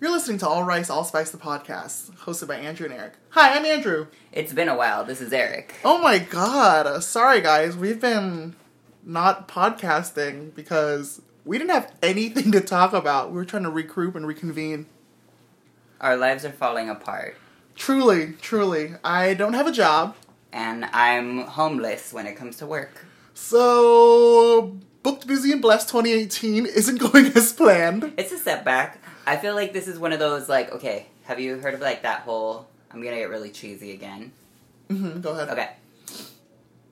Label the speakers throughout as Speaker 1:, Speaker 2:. Speaker 1: You're listening to All Rice, All Spice, the podcast, hosted by Andrew and Eric. Hi, I'm Andrew.
Speaker 2: It's been a while. This is Eric.
Speaker 1: Oh my god. Uh, Sorry, guys. We've been not podcasting because we didn't have anything to talk about. We were trying to regroup and reconvene.
Speaker 2: Our lives are falling apart,
Speaker 1: Truly, truly. I don't have a job,
Speaker 2: and I'm homeless when it comes to work.
Speaker 1: so Booked, Busy, and Blessed 2018 isn't going as planned.
Speaker 2: It's a setback. I feel like this is one of those like, okay, have you heard of like that whole? I'm gonna get really cheesy again.
Speaker 1: hmm go ahead.
Speaker 2: Okay,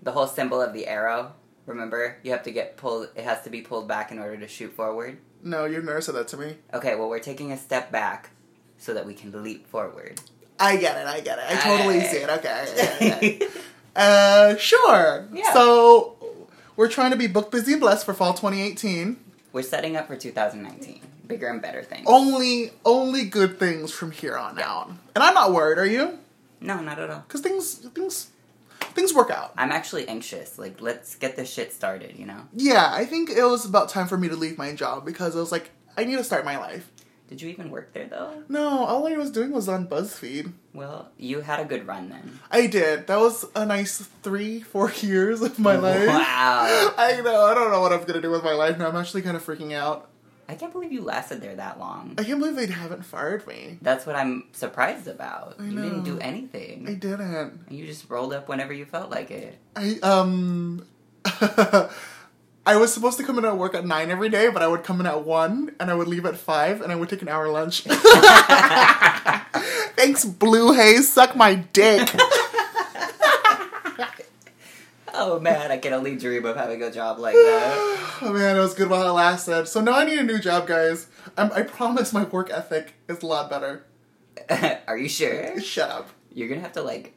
Speaker 2: the whole symbol of the arrow. Remember, you have to get pulled. It has to be pulled back in order to shoot forward.
Speaker 1: No, your nurse said that to me.
Speaker 2: Okay, well, we're taking a step back so that we can leap forward.
Speaker 1: I get it. I get it. I totally
Speaker 2: Aye.
Speaker 1: see it. Okay. okay, okay. uh, sure.
Speaker 2: Yeah.
Speaker 1: So we're trying to be booked, busy, and blessed for fall 2018.
Speaker 2: we're setting up for 2019. Bigger and better things.
Speaker 1: Oh. Only, only good things from here on out. And I'm not worried. Are you?
Speaker 2: No, not at all.
Speaker 1: Because things, things, things work out.
Speaker 2: I'm actually anxious. Like, let's get this shit started, you know?
Speaker 1: Yeah, I think it was about time for me to leave my job because I was like, I need to start my life.
Speaker 2: Did you even work there, though?
Speaker 1: No, all I was doing was on BuzzFeed.
Speaker 2: Well, you had a good run then.
Speaker 1: I did. That was a nice three, four years of my life.
Speaker 2: Oh, Wow.
Speaker 1: I know. I don't know what I'm gonna do with my life now. I'm actually kind of freaking out.
Speaker 2: I can't believe you lasted there that long.
Speaker 1: I can't believe they haven't fired me.
Speaker 2: That's what I'm surprised about. you didn't
Speaker 1: know.
Speaker 2: do
Speaker 1: I
Speaker 2: anything.
Speaker 1: didn't.
Speaker 2: And you just rolled up whenever you felt like it.
Speaker 1: I um I was supposed to come in at work at nine every day, but I would come in at one and I would leave at five and I would take an hour lunch. Thanks, Blue Haze, suck my dick.
Speaker 2: Oh, man, I can only dream of having a job like that.
Speaker 1: oh man, it was good while it lasted. So now I need a new job, guys. i I promise my work ethic is a lot better.
Speaker 2: Are you sure?
Speaker 1: Shut up.
Speaker 2: You're gonna have to, like,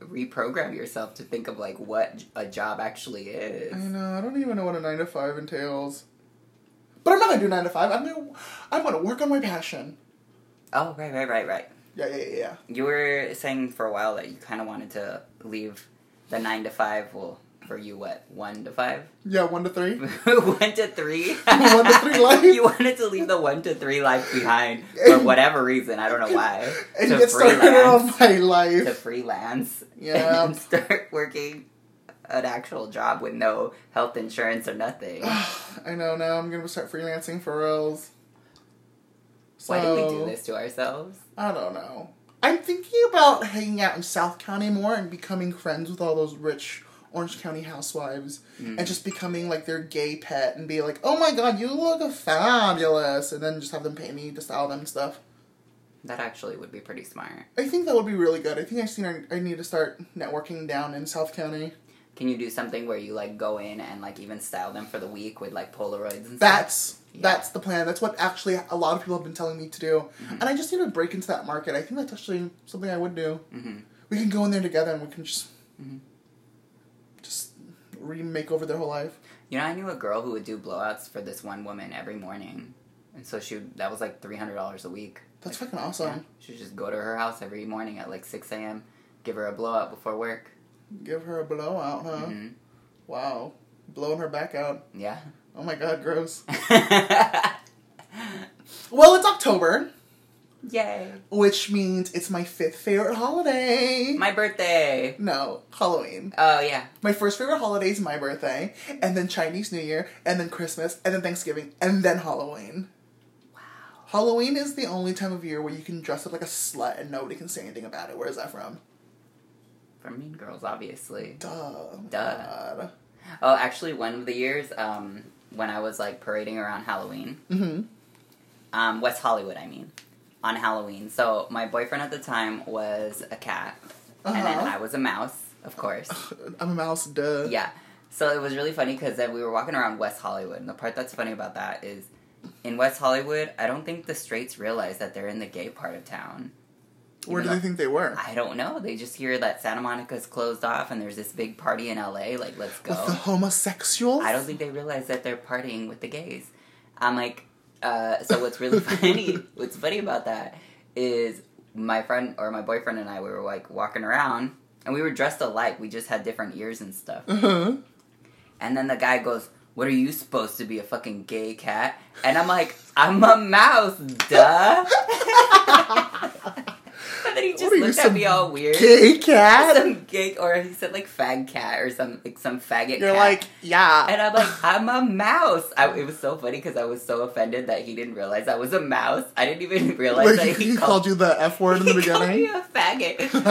Speaker 2: reprogram yourself to think of, like, what a job actually is.
Speaker 1: I know. I don't even know what a nine to five entails. But I'm not gonna do nine to five. I'm gonna I'm gonna work on my passion.
Speaker 2: Oh, right, right, right, right.
Speaker 1: Yeah, yeah, yeah. yeah.
Speaker 2: You were saying for a while that you kind of wanted to leave the nine to five. Well, for you, what one to five,
Speaker 1: Yeah, one to three.
Speaker 2: one to three,
Speaker 1: One to three life?
Speaker 2: you wanted to leave the one to three life behind for
Speaker 1: And-
Speaker 2: whatever reason. I don't know why.
Speaker 1: and
Speaker 2: to
Speaker 1: get started on
Speaker 2: freelance,
Speaker 1: my
Speaker 2: to
Speaker 1: life.
Speaker 2: freelance,
Speaker 1: Yeah.
Speaker 2: and start working an actual job with no health insurance or nothing.
Speaker 1: I know now I'm gonna start freelancing for reals.
Speaker 2: Why did we
Speaker 1: So,
Speaker 2: do this to ourselves?
Speaker 1: I don't know. I'm thinking about hanging out in South County more and becoming friends with all those rich Orange County housewives
Speaker 2: Mm.
Speaker 1: and just becoming like their gay pet and be like, oh my god, you look fabulous, and then just have them pay me to style them and stuff.
Speaker 2: That actually would be pretty smart.
Speaker 1: I think that would be really good. I think I seen I, I need to start networking down in South County.
Speaker 2: Can you do something where you like go in and like even style them for the week with like Polaroids and stuff?
Speaker 1: That's that's the plan. That's what actually a lot of people have been telling me to do,
Speaker 2: Mm-hmm.
Speaker 1: and I just need to break into that market. I think that's actually something I would do.
Speaker 2: Mhm.
Speaker 1: We can go in there together, and we can just
Speaker 2: Mm-hmm.
Speaker 1: just remake over their whole life.
Speaker 2: You know, I knew a girl who would do blowouts for this one woman every morning, and so she would- that was like three hundred dollars a week.
Speaker 1: That's
Speaker 2: Like,
Speaker 1: fucking awesome.
Speaker 2: yeah. She would just go to her house every morning at like six a.m. Give her a blowout before work.
Speaker 1: Give her a blowout, huh?
Speaker 2: hmm
Speaker 1: Wow, blowing her back out.
Speaker 2: Yeah.
Speaker 1: Oh my god, gross. well, it's October,
Speaker 2: Yay!
Speaker 1: which means it's my fifth favorite holiday.
Speaker 2: My birthday.
Speaker 1: no, Halloween.
Speaker 2: Oh yeah.
Speaker 1: My first favorite holiday is my birthday, and then Chinese New Year, and then Christmas, and then Thanksgiving, and then Halloween. Wow. Halloween is the only time of year where you can dress up like a slut and nobody can say anything about it. Where is that from?
Speaker 2: For Mean Girls, obviously.
Speaker 1: Duh. Oh my
Speaker 2: Duh.
Speaker 1: God.
Speaker 2: Oh, actually, one of the years um, when I was like parading around Halloween,
Speaker 1: Mhm.
Speaker 2: um, West Hollywood, I mean, on Halloween. So my boyfriend at the time was a cat, and then
Speaker 1: Uh-huh.
Speaker 2: I was a mouse, of course.
Speaker 1: I'm a mouse. Duh.
Speaker 2: yeah. So it was really funny because then we were walking around West Hollywood, and the part that's funny about that is, in West Hollywood, I don't think the straights realize that they're in the gay part of town.
Speaker 1: Where do
Speaker 2: Even
Speaker 1: they
Speaker 2: though-
Speaker 1: think they were?
Speaker 2: I don't know. They just hear that Santa Monica's closed off, and there's this big party in LA. Like, let's go.
Speaker 1: With the homosexuals?
Speaker 2: I don't think they realize that they're partying with the gays. I'm like, uh, so what's really funny? what's funny about that is my friend or my boyfriend and I we were like walking around and we were dressed alike. We just had different ears and stuff.
Speaker 1: Uh-huh.
Speaker 2: And then the guy goes, what are you supposed to be a fucking gay cat? And I'm like, I'm a mouse, duh. and then he just
Speaker 1: What are you,
Speaker 2: looked at
Speaker 1: some
Speaker 2: me all weird.
Speaker 1: Gay cat.
Speaker 2: Some gay, or he said like fag cat or some like some faggot.
Speaker 1: You're
Speaker 2: cat.
Speaker 1: like, yeah.
Speaker 2: And I'm like, I'm a mouse. I, it was so funny because I was so offended that he didn't realize I was a mouse. I didn't even realize
Speaker 1: Like,
Speaker 2: that
Speaker 1: he,
Speaker 2: he,
Speaker 1: called you the F word in the
Speaker 2: he called me
Speaker 1: beginning.
Speaker 2: a faggot. I was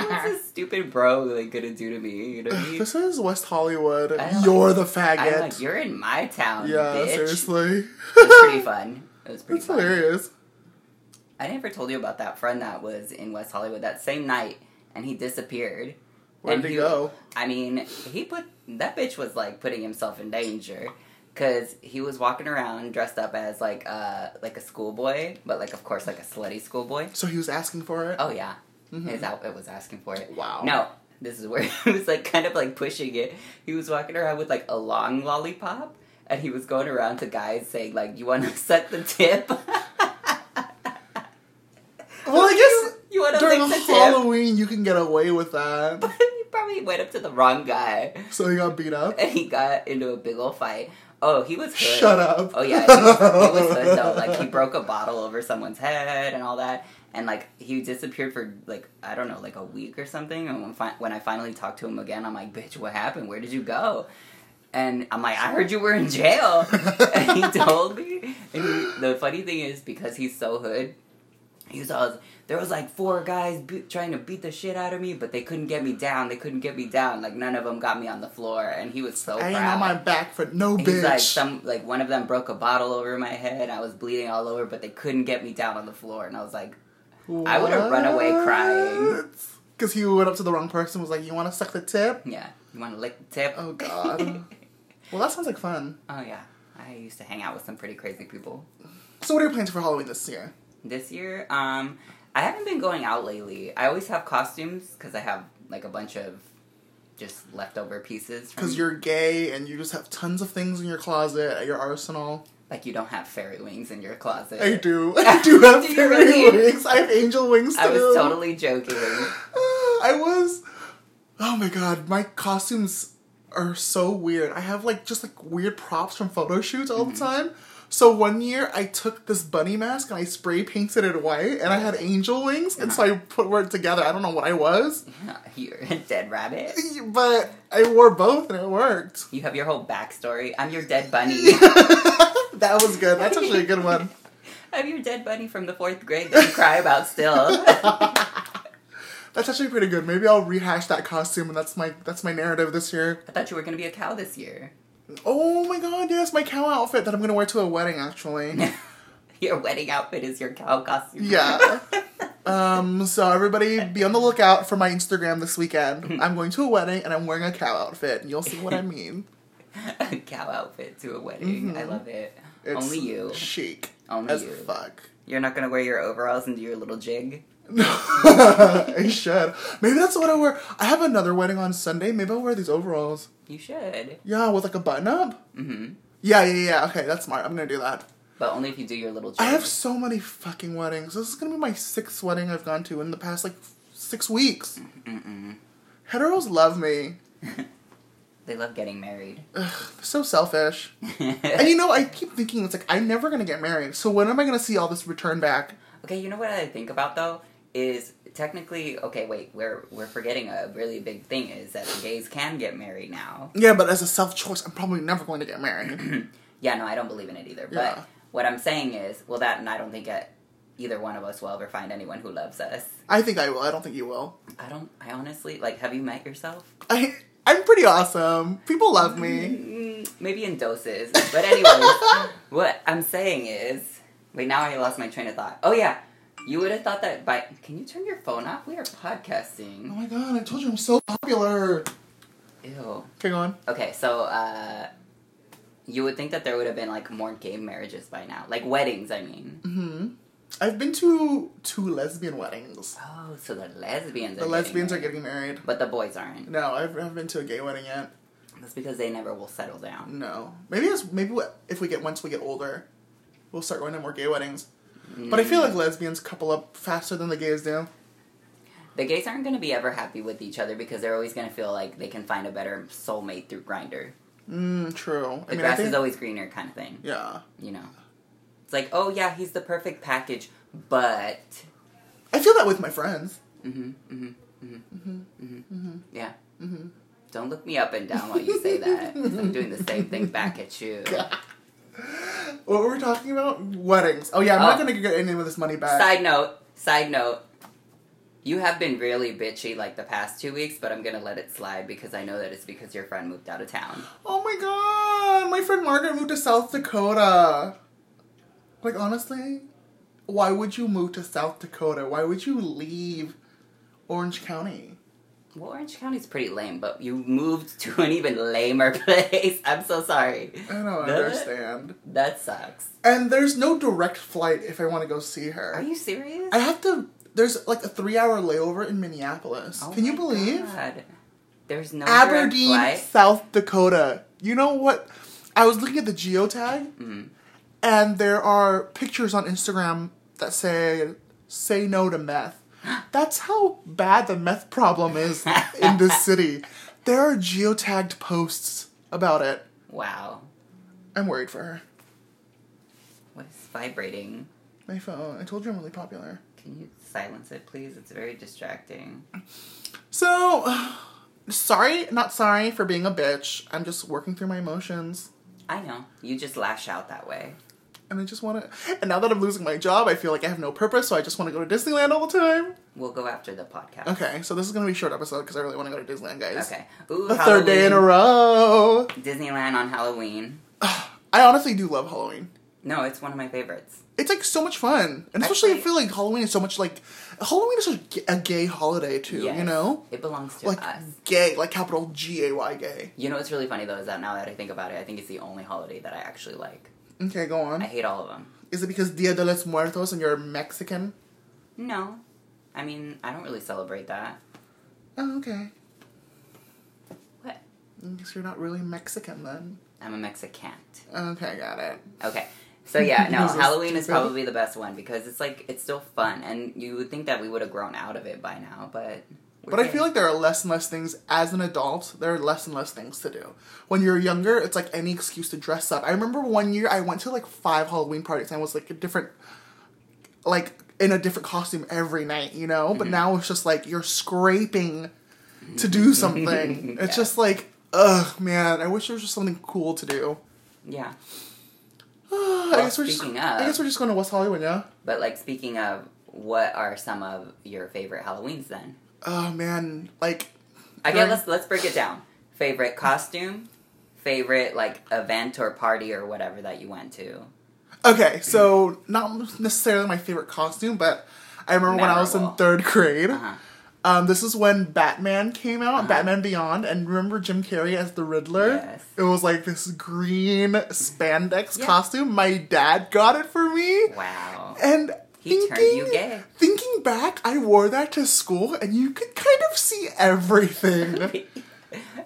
Speaker 2: like, What's this stupid bro like gonna do to me? You know what I mean?
Speaker 1: This is West Hollywood.
Speaker 2: I know.
Speaker 1: You're the faggot.
Speaker 2: I'm like, you're in my town,
Speaker 1: yeah,
Speaker 2: bitch.
Speaker 1: seriously.
Speaker 2: It was pretty fun. It was pretty
Speaker 1: It's
Speaker 2: fun.
Speaker 1: hilarious.
Speaker 2: I never told you about that friend that was in West Hollywood that same night, and he disappeared.
Speaker 1: Where'd
Speaker 2: And
Speaker 1: he go?
Speaker 2: I mean, he put that bitch was like putting himself in danger because he was walking around dressed up as like uh like a schoolboy, but like of course like a slutty schoolboy.
Speaker 1: So he was asking for it.
Speaker 2: Oh yeah,
Speaker 1: Mhm.
Speaker 2: his outfit was asking for it.
Speaker 1: Wow.
Speaker 2: No, this is where he was like kind of like pushing it. He was walking around with like a long lollipop, and he was going around to guys saying like, "You want to suck the tip?"
Speaker 1: Well, I guess
Speaker 2: you want to
Speaker 1: during
Speaker 2: lick the tip.
Speaker 1: Halloween you can get away with that.
Speaker 2: But he probably went up to the wrong guy.
Speaker 1: So he got beat up.
Speaker 2: and he got into a big old fight. Oh, he was hood.
Speaker 1: Shut up.
Speaker 2: Oh yeah, he was, he was hood though. Like he broke a bottle over someone's head and all that, and like he disappeared for like I don't know, like a week or something. And when, fi- when I finally talked to him again, I'm like, "Bitch, what happened? Where did you go?" And I'm like, "I heard you were in jail," and he told me. And he, the funny thing is, because he's so hood, he was always, there was like four guys be- trying to beat the shit out of me, but they couldn't get me down. They couldn't get me down. Like none of them got me on the floor, and he was so
Speaker 1: I
Speaker 2: proud.
Speaker 1: ain't on my back for no
Speaker 2: And he's like
Speaker 1: bitch.
Speaker 2: some like one of them broke a bottle over my head. I was bleeding all over, but they couldn't get me down on the floor, and I was like, I would've run away crying.
Speaker 1: Because he went up to the wrong person was like, You want to suck the tip?
Speaker 2: yeah, you want to lick the tip?
Speaker 1: Oh, God. Well, that sounds like fun.
Speaker 2: oh yeah, I used to hang out with some pretty crazy people.
Speaker 1: So, what are your plans for Halloween this year?
Speaker 2: this year. Um, I haven't been going out lately. I always have costumes because I have like a bunch of just leftover pieces. from-
Speaker 1: Because you're gay and you just have tons of things in your closet at your arsenal.
Speaker 2: like you don't have fairy wings in your closet.
Speaker 1: I do. I do have
Speaker 2: Do you
Speaker 1: fairy
Speaker 2: really?
Speaker 1: wings. I have angel wings too.
Speaker 2: I was totally joking.
Speaker 1: I was. Oh my god, my costumes are so weird. I have like just like weird props from photo shoots all the time. So one year I took this bunny mask and I spray painted it white and I had angel wings and so I put word together. I don't know what I was,
Speaker 2: You're a dead rabbit.
Speaker 1: but I wore both and it worked.
Speaker 2: You have your whole backstory. I'm your dead bunny.
Speaker 1: that was good. That's actually a good one.
Speaker 2: I'm your dead bunny from the fourth grade that you cry about still.
Speaker 1: That's actually pretty good. Maybe I'll rehash that costume and that's my that's my narrative this year.
Speaker 2: I thought you were gonna be a cow this year.
Speaker 1: Oh my god, yes, my cow outfit that I'm gonna wear to a wedding actually.
Speaker 2: Your wedding outfit is your cow costume.
Speaker 1: Yeah. Um, so everybody be on the lookout for my Instagram this
Speaker 2: Mm-hmm.
Speaker 1: weekend. I'm going to a wedding and I'm wearing a cow outfit and you'll see what I mean.
Speaker 2: a cow outfit to a wedding.
Speaker 1: Mm-hmm.
Speaker 2: I love it.
Speaker 1: It's
Speaker 2: Only you.
Speaker 1: Chic.
Speaker 2: Only
Speaker 1: as
Speaker 2: you.
Speaker 1: fuck.
Speaker 2: You're not gonna wear your overalls and do your little jig.
Speaker 1: I should. Maybe that's what I wear. I have another wedding on Sunday. Maybe I'll wear these overalls.
Speaker 2: You should.
Speaker 1: Yeah, with like a button up.
Speaker 2: hmm
Speaker 1: Yeah, yeah, yeah. Okay, that's smart. I'm gonna do that.
Speaker 2: But only if you do your little jig.
Speaker 1: I have so many fucking weddings. This is gonna be my sixth wedding I've gone to in the past like six weeks.
Speaker 2: Mm. Mm-mm.
Speaker 1: Heteros love me.
Speaker 2: They love getting married.
Speaker 1: Ugh, they're so selfish. And
Speaker 2: okay,
Speaker 1: you know, I keep thinking it's like I'm never gonna get married. So when am I gonna see all this return back?
Speaker 2: you know what I think about though is technically okay. Wait, we're we're forgetting a really big thing is that the gays can get married now.
Speaker 1: Yeah, but as a self choice, I'm probably never going to get married.
Speaker 2: Yeah, no, I don't believe in it either.
Speaker 1: Yeah.
Speaker 2: But what I'm saying is, well, that and I don't think that either one of us will ever find anyone who loves us.
Speaker 1: I think I will. I don't think you will.
Speaker 2: I don't. I honestly like. Have you met yourself?
Speaker 1: I I'm pretty awesome. People love me.
Speaker 2: Mm, Maybe in doses. But anyways, what I'm saying is, wait, now I lost my train of thought. Oh yeah, you would have thought that by. Can you turn your phone off? We are
Speaker 1: Oh
Speaker 2: podcasting.
Speaker 1: my god! I told you I'm so popular.
Speaker 2: Ew.
Speaker 1: Okay, go on.
Speaker 2: Okay, so uh, you would think that there would have been like more gay marriages by now, like weddings. I mean.
Speaker 1: hmm I've been to two lesbian weddings.
Speaker 2: Oh, so the lesbians.
Speaker 1: The
Speaker 2: are
Speaker 1: lesbians are
Speaker 2: getting. married,
Speaker 1: getting married.
Speaker 2: But the boys aren't.
Speaker 1: No, I've I haven't been to a gay wedding yet.
Speaker 2: That's because they never will settle down.
Speaker 1: No, maybe it's maybe if we get once we get older, we'll start going to more gay weddings. But I feel like lesbians couple up faster than the gays do.
Speaker 2: The gays aren't going to be ever happy with each other because they're always going to feel like they can find a better soulmate through grinder.
Speaker 1: Mm, true.
Speaker 2: The grass is always greener, kind of thing.
Speaker 1: yeah.
Speaker 2: You know, it's like, oh yeah, he's the perfect package, but
Speaker 1: I feel that with my friends.
Speaker 2: hmm hmm hmm
Speaker 1: Mm-hmm,
Speaker 2: yeah. Don't look me up and down while you say that. 'cause I'm doing the same thing back at you.
Speaker 1: What were we talking about? Weddings. Oh yeah, I'm not
Speaker 2: Oh.
Speaker 1: gonna get any of this money back.
Speaker 2: Side note, side note. You have been really bitchy like the past two weeks, but I'm gonna let it slide because I know that it's because your friend moved out of town.
Speaker 1: Oh my god, my friend Margaret moved to South Dakota. Like honestly, why would you move to South Dakota? Why would you leave Orange County?
Speaker 2: Well, Orange County's pretty lame, but you moved to an even lamer place. I'm so sorry.
Speaker 1: I don't
Speaker 2: Does it?
Speaker 1: understand.
Speaker 2: That sucks.
Speaker 1: And there's no direct flight if I want to go see
Speaker 2: Are
Speaker 1: her.
Speaker 2: you serious?
Speaker 1: I have to. There's like a three-hour layover in Minneapolis.
Speaker 2: Oh
Speaker 1: Can you
Speaker 2: my
Speaker 1: believe
Speaker 2: God. There's no direct
Speaker 1: Aberdeen,
Speaker 2: flight.
Speaker 1: South Dakota? You know what? I was looking at the geotag,
Speaker 2: Mm.
Speaker 1: and there are pictures on Instagram that say "Say no to meth." That's how bad the meth problem is in this city. There are geotagged posts about it.
Speaker 2: Wow.
Speaker 1: I'm worried for her.
Speaker 2: What is vibrating?
Speaker 1: My phone. I told you I'm really popular.
Speaker 2: Can you silence it, please? It's very distracting.
Speaker 1: So, sorry, not sorry for being a bitch. I'm just working through my emotions.
Speaker 2: I know. You just lash out that way.
Speaker 1: And I just want to. And now that I'm losing my job, I feel like I have no purpose, so I just want to go to Disneyland all the time.
Speaker 2: We'll go after the podcast.
Speaker 1: Okay, so this is going to be a short episode because I really want to go to Disneyland, guys.
Speaker 2: Okay. Ooh,
Speaker 1: The third day in a
Speaker 2: Halloween.
Speaker 1: row.
Speaker 2: Disneyland on Halloween.
Speaker 1: I honestly do love Halloween.
Speaker 2: No, it's one of my favorites.
Speaker 1: It's like so much fun. And especially I
Speaker 2: Actually-
Speaker 1: feel like Halloween is so much like. Halloween is such a g- a gay holiday, too, you
Speaker 2: Yes.
Speaker 1: know?
Speaker 2: It belongs to
Speaker 1: Like
Speaker 2: us.
Speaker 1: gay, like capital G A Y gay.
Speaker 2: You know what's really funny though is that now that I think about it, I think it's the only holiday that I actually like.
Speaker 1: Okay, go on.
Speaker 2: I hate all of them.
Speaker 1: Is it because Dia de los Muertos and you're Mexican?
Speaker 2: No, I mean I don't really celebrate that.
Speaker 1: Oh, okay.
Speaker 2: What?
Speaker 1: I guess you're not really Mexican then.
Speaker 2: I'm a Mexican.
Speaker 1: Okay, got it.
Speaker 2: Okay. So yeah, no,
Speaker 1: This is
Speaker 2: Halloween is
Speaker 1: stupid.
Speaker 2: probably the best one because it's like it's still fun, and you would think that we would have grown out of it by now, but we're
Speaker 1: But I
Speaker 2: kids.
Speaker 1: feel like there are less and less things as an adult. There are less and less things to do. When you're younger, it's like any excuse to dress up. I remember one year I went to like five Halloween parties and I was like a different, like in a different costume every night, you know.
Speaker 2: Mm-hmm.
Speaker 1: But now it's just like you're scraping to do something.
Speaker 2: Mm-hmm. Yeah.
Speaker 1: It's just like, ugh, man. I wish there was just something cool to do.
Speaker 2: yeah.
Speaker 1: I guess we're just.
Speaker 2: speaking
Speaker 1: I
Speaker 2: of-
Speaker 1: guess we're just going to West Hollywood, yeah.
Speaker 2: But like speaking of, what are some of your favorite Halloweens then?
Speaker 1: Oh man, like
Speaker 2: Okay,
Speaker 1: During-
Speaker 2: let's let's break it down. Favorite costume, favorite like event or party or whatever that you went to.
Speaker 1: Okay, so not necessarily my favorite costume, but I remember when I was in
Speaker 2: Memorable.
Speaker 1: third grade.
Speaker 2: Uh-huh.
Speaker 1: Um, this is when Batman came out, Batman Beyond, and remember Jim Carrey as the Riddler?
Speaker 2: Yes.
Speaker 1: It was like this green spandex
Speaker 2: Yeah.
Speaker 1: costume. My dad got it for me.
Speaker 2: Wow.
Speaker 1: And
Speaker 2: He
Speaker 1: thinking,
Speaker 2: turned you gay.
Speaker 1: Thinking back, I wore that to school, and you could kind of see everything.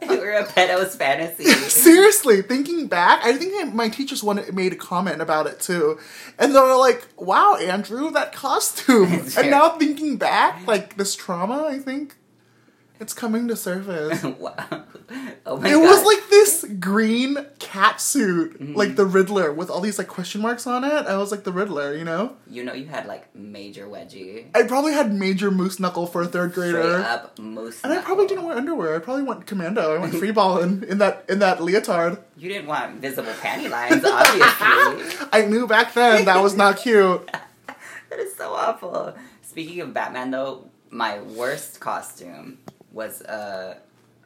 Speaker 2: you were a pedo's fantasy.
Speaker 1: Seriously, thinking back, I think I- my teachers wanted, made a comment about it too, and they were like, "Wow, Andrew, that costume."
Speaker 2: Sure.
Speaker 1: and now thinking back, like this trauma, I think it's coming to surface.
Speaker 2: wow. Oh my
Speaker 1: it
Speaker 2: god. Mm-hmm.
Speaker 1: was like this green cat suit, like the Riddler, with all these like question marks on it. I was like the Riddler, you know.
Speaker 2: you know you had like major wedgie.
Speaker 1: I probably had major moose knuckle for a third
Speaker 2: Straight
Speaker 1: grader.
Speaker 2: up most
Speaker 1: And I probably didn't wear underwear. I probably went commando. I went freeballing in that in that leotard.
Speaker 2: You didn't want visible panty lines, obviously.
Speaker 1: I knew back then that was not cute.
Speaker 2: that is so awful. Speaking of Batman though, my worst costume was a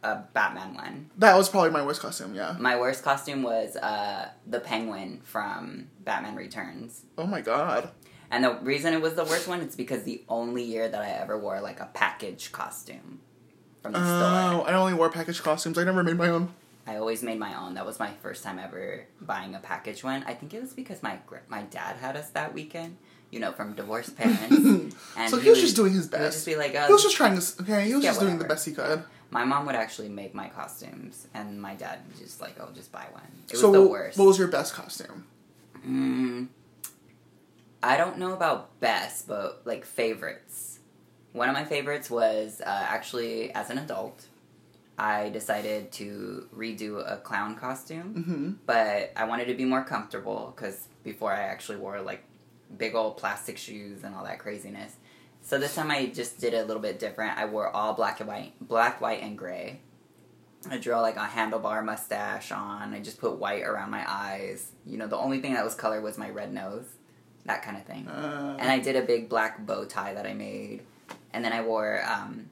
Speaker 2: a Batman one.
Speaker 1: That was probably my worst costume, yeah.
Speaker 2: My worst costume was uh, the penguin from Batman Returns.
Speaker 1: Oh my god.
Speaker 2: And the reason it was the worst one is because the only year that I ever wore like a package costume from the
Speaker 1: Oh,
Speaker 2: store.
Speaker 1: I only wore packaged costumes. I never made my own.
Speaker 2: I always made my own. That was my first time ever buying a package one. I think it was because my gr- my dad had us that weekend, you know, from divorced parents. and
Speaker 1: so he was
Speaker 2: would-
Speaker 1: just doing his
Speaker 2: he would
Speaker 1: best.
Speaker 2: just be like, oh,
Speaker 1: he was just trying to. s- Okay, he was
Speaker 2: Yeah,
Speaker 1: just doing the
Speaker 2: whatever.
Speaker 1: best he could.
Speaker 2: my mom would actually make my costumes, and my dad was just like, oh, just buy one. It
Speaker 1: so,
Speaker 2: was the worst.
Speaker 1: what was your best costume?
Speaker 2: Mm, I don't know about best, but like favorites. One of my favorites was uh, actually as an adult. I decided to redo a clown costume, but I wanted to be more comfortable because before I actually wore like big old plastic shoes and all that craziness. So this time I just did it a little bit different. I wore all black and white, black, white, and gray. I drew like a handlebar mustache on. I just put white around my eyes. You know, the only thing that was color was my red nose, that kind of thing.
Speaker 1: Uh,
Speaker 2: And I did a big black bow tie that I made. And then I wore um,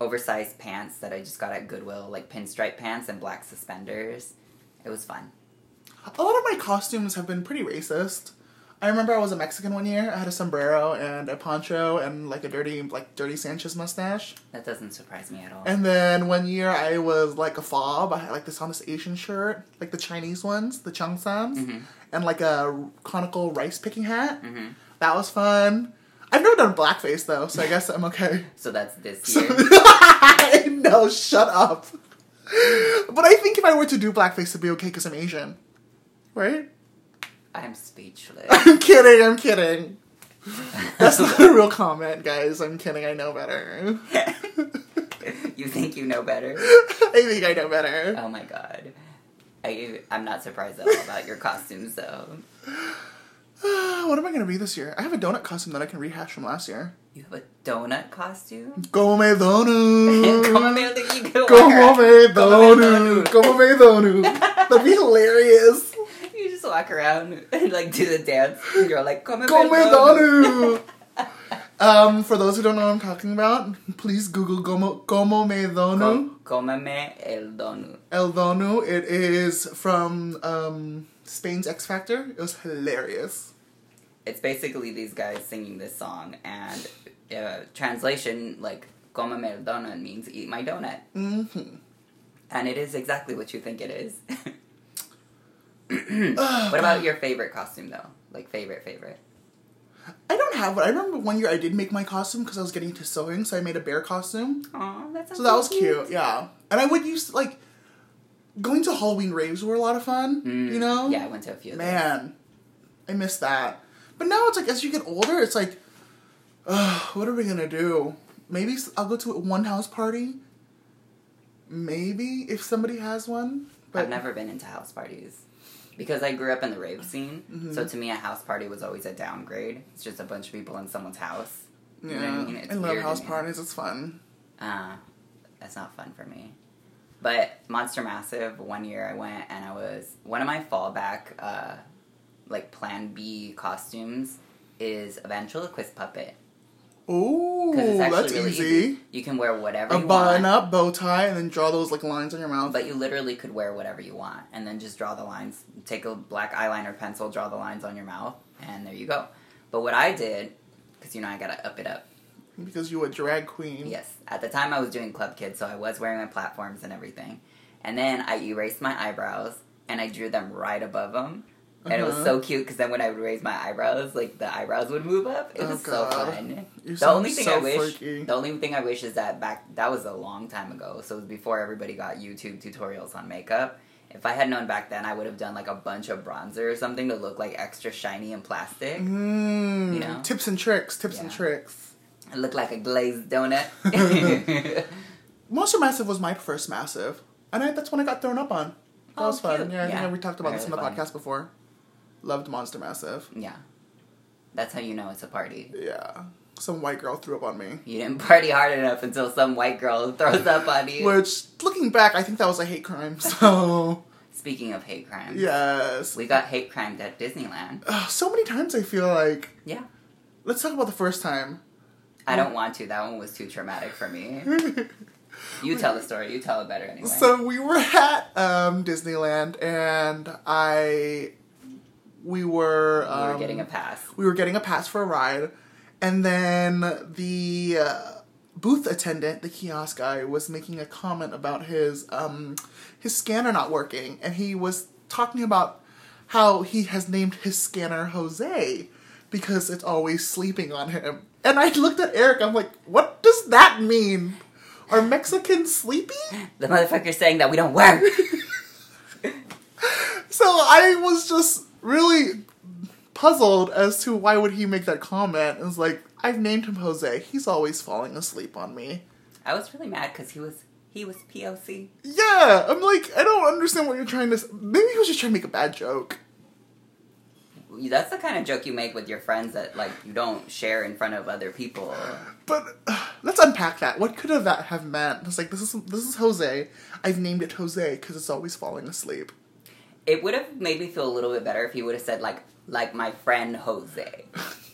Speaker 2: oversized pants that I just got at Goodwill, like pinstripe pants and black suspenders. It was fun.
Speaker 1: a lot of my costumes have been pretty racist. I remember I was a Mexican one year. I had a sombrero and a poncho and like a dirty like dirty Sanchez mustache.
Speaker 2: That doesn't surprise me at all.
Speaker 1: And then one year I was like a fob. I had like this on this Asian shirt, like the Chinese ones, the Cheongsams,
Speaker 2: Mm-hmm.
Speaker 1: and like a conical rice picking hat. That was fun. I've never done blackface though, so I guess I'm okay.
Speaker 2: So that's this
Speaker 1: So-
Speaker 2: year.
Speaker 1: no, shut up. But I think if I were to do blackface, it'd be okay because I'm Asian, right?
Speaker 2: I'm speechless.
Speaker 1: I'm kidding. I'm kidding. That's not a real comment, guys. I'm kidding. I know better.
Speaker 2: you think you know better?
Speaker 1: I think I know better.
Speaker 2: Oh my god. I, I'm not surprised at all about your costumes though.
Speaker 1: what am I gonna be this year? I have a donut costume that I can rehash from last year.
Speaker 2: You have a donut costume?
Speaker 1: Come me donut.
Speaker 2: Come on, man, you could
Speaker 1: Come
Speaker 2: wear.
Speaker 1: me
Speaker 2: Come on,
Speaker 1: donut. Come me donut. That'd be hilarious.
Speaker 2: You just walk around and like do the dance. And you're like, come
Speaker 1: Come me donut. Um, for those who don't know what I'm talking about, please Google como, como me donut.
Speaker 2: Comeme el donut.
Speaker 1: El Dono. It is from um, Spain's X Factor. It was hilarious.
Speaker 2: It's basically these guys singing this song, and uh, translation like "comeme el donut" means "eat my donut,"
Speaker 1: hmm
Speaker 2: and it is exactly what you think it is. what about your favorite costume though? Like favorite favorite.
Speaker 1: I don't have one. I remember one year I did make my costume because I was getting into sewing, so I made a bear costume.
Speaker 2: Aw, that sounds
Speaker 1: So that was cute, yeah. And I would use like going to Halloween raves were a lot of fun.
Speaker 2: Mm,
Speaker 1: You know,
Speaker 2: Yeah, I went to a few. Of those.
Speaker 1: man, I miss that. But now it's like as you get older, it's like, ugh, what are we gonna do? Maybe s- I'll go to a one house party. Maybe if somebody has one. But
Speaker 2: I've never been into house parties because I grew up in the rave scene.
Speaker 1: Mm-hmm.
Speaker 2: So to me, a house party was always a downgrade. It's just a bunch of people in someone's house. You
Speaker 1: Yeah,
Speaker 2: know what
Speaker 1: I,
Speaker 2: I mean? It's
Speaker 1: love
Speaker 2: weird
Speaker 1: house
Speaker 2: to me.
Speaker 1: parties. It's fun.
Speaker 2: Uh, that's not fun for me. But Monster Massive, one year I went and I was one of my fallback, uh, like Plan B costumes is a ventriloquist puppet
Speaker 1: Ooh,
Speaker 2: because it's actually
Speaker 1: that's
Speaker 2: really
Speaker 1: easy.
Speaker 2: easy. You can wear whatever
Speaker 1: A
Speaker 2: you
Speaker 1: button
Speaker 2: want,
Speaker 1: up, bow tie, and then draw those like lines on your mouth.
Speaker 2: but you literally could wear whatever you want and then just draw the lines. Take a black eyeliner pencil, draw the lines on your mouth, and there you go. But what I did, because you know I gotta up it up.
Speaker 1: because you a drag queen.
Speaker 2: Yes. At the time, I was doing Club Kids, so I was wearing my platforms and everything. And then I erased my eyebrows and I drew them right above them. And it was
Speaker 1: Uh-huh.
Speaker 2: so cute because then when I would raise my eyebrows, like the eyebrows would move up. It
Speaker 1: Oh,
Speaker 2: was
Speaker 1: God.
Speaker 2: so fun.
Speaker 1: You
Speaker 2: the
Speaker 1: sound
Speaker 2: only thing
Speaker 1: so
Speaker 2: I wish,
Speaker 1: freaky.
Speaker 2: the only thing I wish is that back that was a long time ago. So it was before everybody got YouTube tutorials on makeup. If I had known back then, I would have done like a bunch of bronzer or something to look like extra shiny and plastic.
Speaker 1: Mm,
Speaker 2: You know?
Speaker 1: Tips and tricks, tips and
Speaker 2: Yeah.
Speaker 1: tricks.
Speaker 2: I look like a glazed donut.
Speaker 1: Monster Massive was my first Massive. And I, that's when I got thrown up on. That
Speaker 2: Oh,
Speaker 1: was fun.
Speaker 2: cute.
Speaker 1: Yeah, I
Speaker 2: Yeah.
Speaker 1: think we talked about this in the
Speaker 2: Really fun.
Speaker 1: podcast before. Loved Monster Massive.
Speaker 2: Yeah. That's how you know it's a party.
Speaker 1: Yeah. Some white girl threw up on me.
Speaker 2: You didn't party hard enough until some white girl throws up on you.
Speaker 1: Which, looking back, I think that was a hate crime. So,
Speaker 2: Speaking of hate crime,
Speaker 1: yes.
Speaker 2: we got hate crimed at Disneyland.
Speaker 1: Ugh, so many times I feel like.
Speaker 2: Yeah.
Speaker 1: Let's talk about the first time.
Speaker 2: I don't want to. That one was too traumatic for me. You tell the story. You tell it better anyway.
Speaker 1: So we were at um, Disneyland, and I we were
Speaker 2: you were
Speaker 1: um,
Speaker 2: getting a pass.
Speaker 1: we were getting a pass for a ride, and then the uh, booth attendant, the kiosk guy, was making a comment about his um, his scanner not working, and he was talking about how he has named his scanner Jose because it's always sleeping on him. And I looked at Eric. I'm like, what does that mean? Are Mexicans sleepy?
Speaker 2: The motherfucker's saying that we don't work.
Speaker 1: So I was just really puzzled as to why would he make that comment. It's like I've named him Jose. He's always falling asleep on me.
Speaker 2: I was really mad because he was. He was POC.
Speaker 1: Yeah, I'm like, I don't understand what you're trying to. s- Maybe he was just trying to make a bad joke.
Speaker 2: That's the kind of joke you make with your friends that like you don't share in front of other people.
Speaker 1: But uh, let's unpack that. What could have that have meant? It's like this is this is Jose. I've named it Jose because it's always falling asleep.
Speaker 2: It would have made me feel a little bit better if he would have said like like my friend Jose.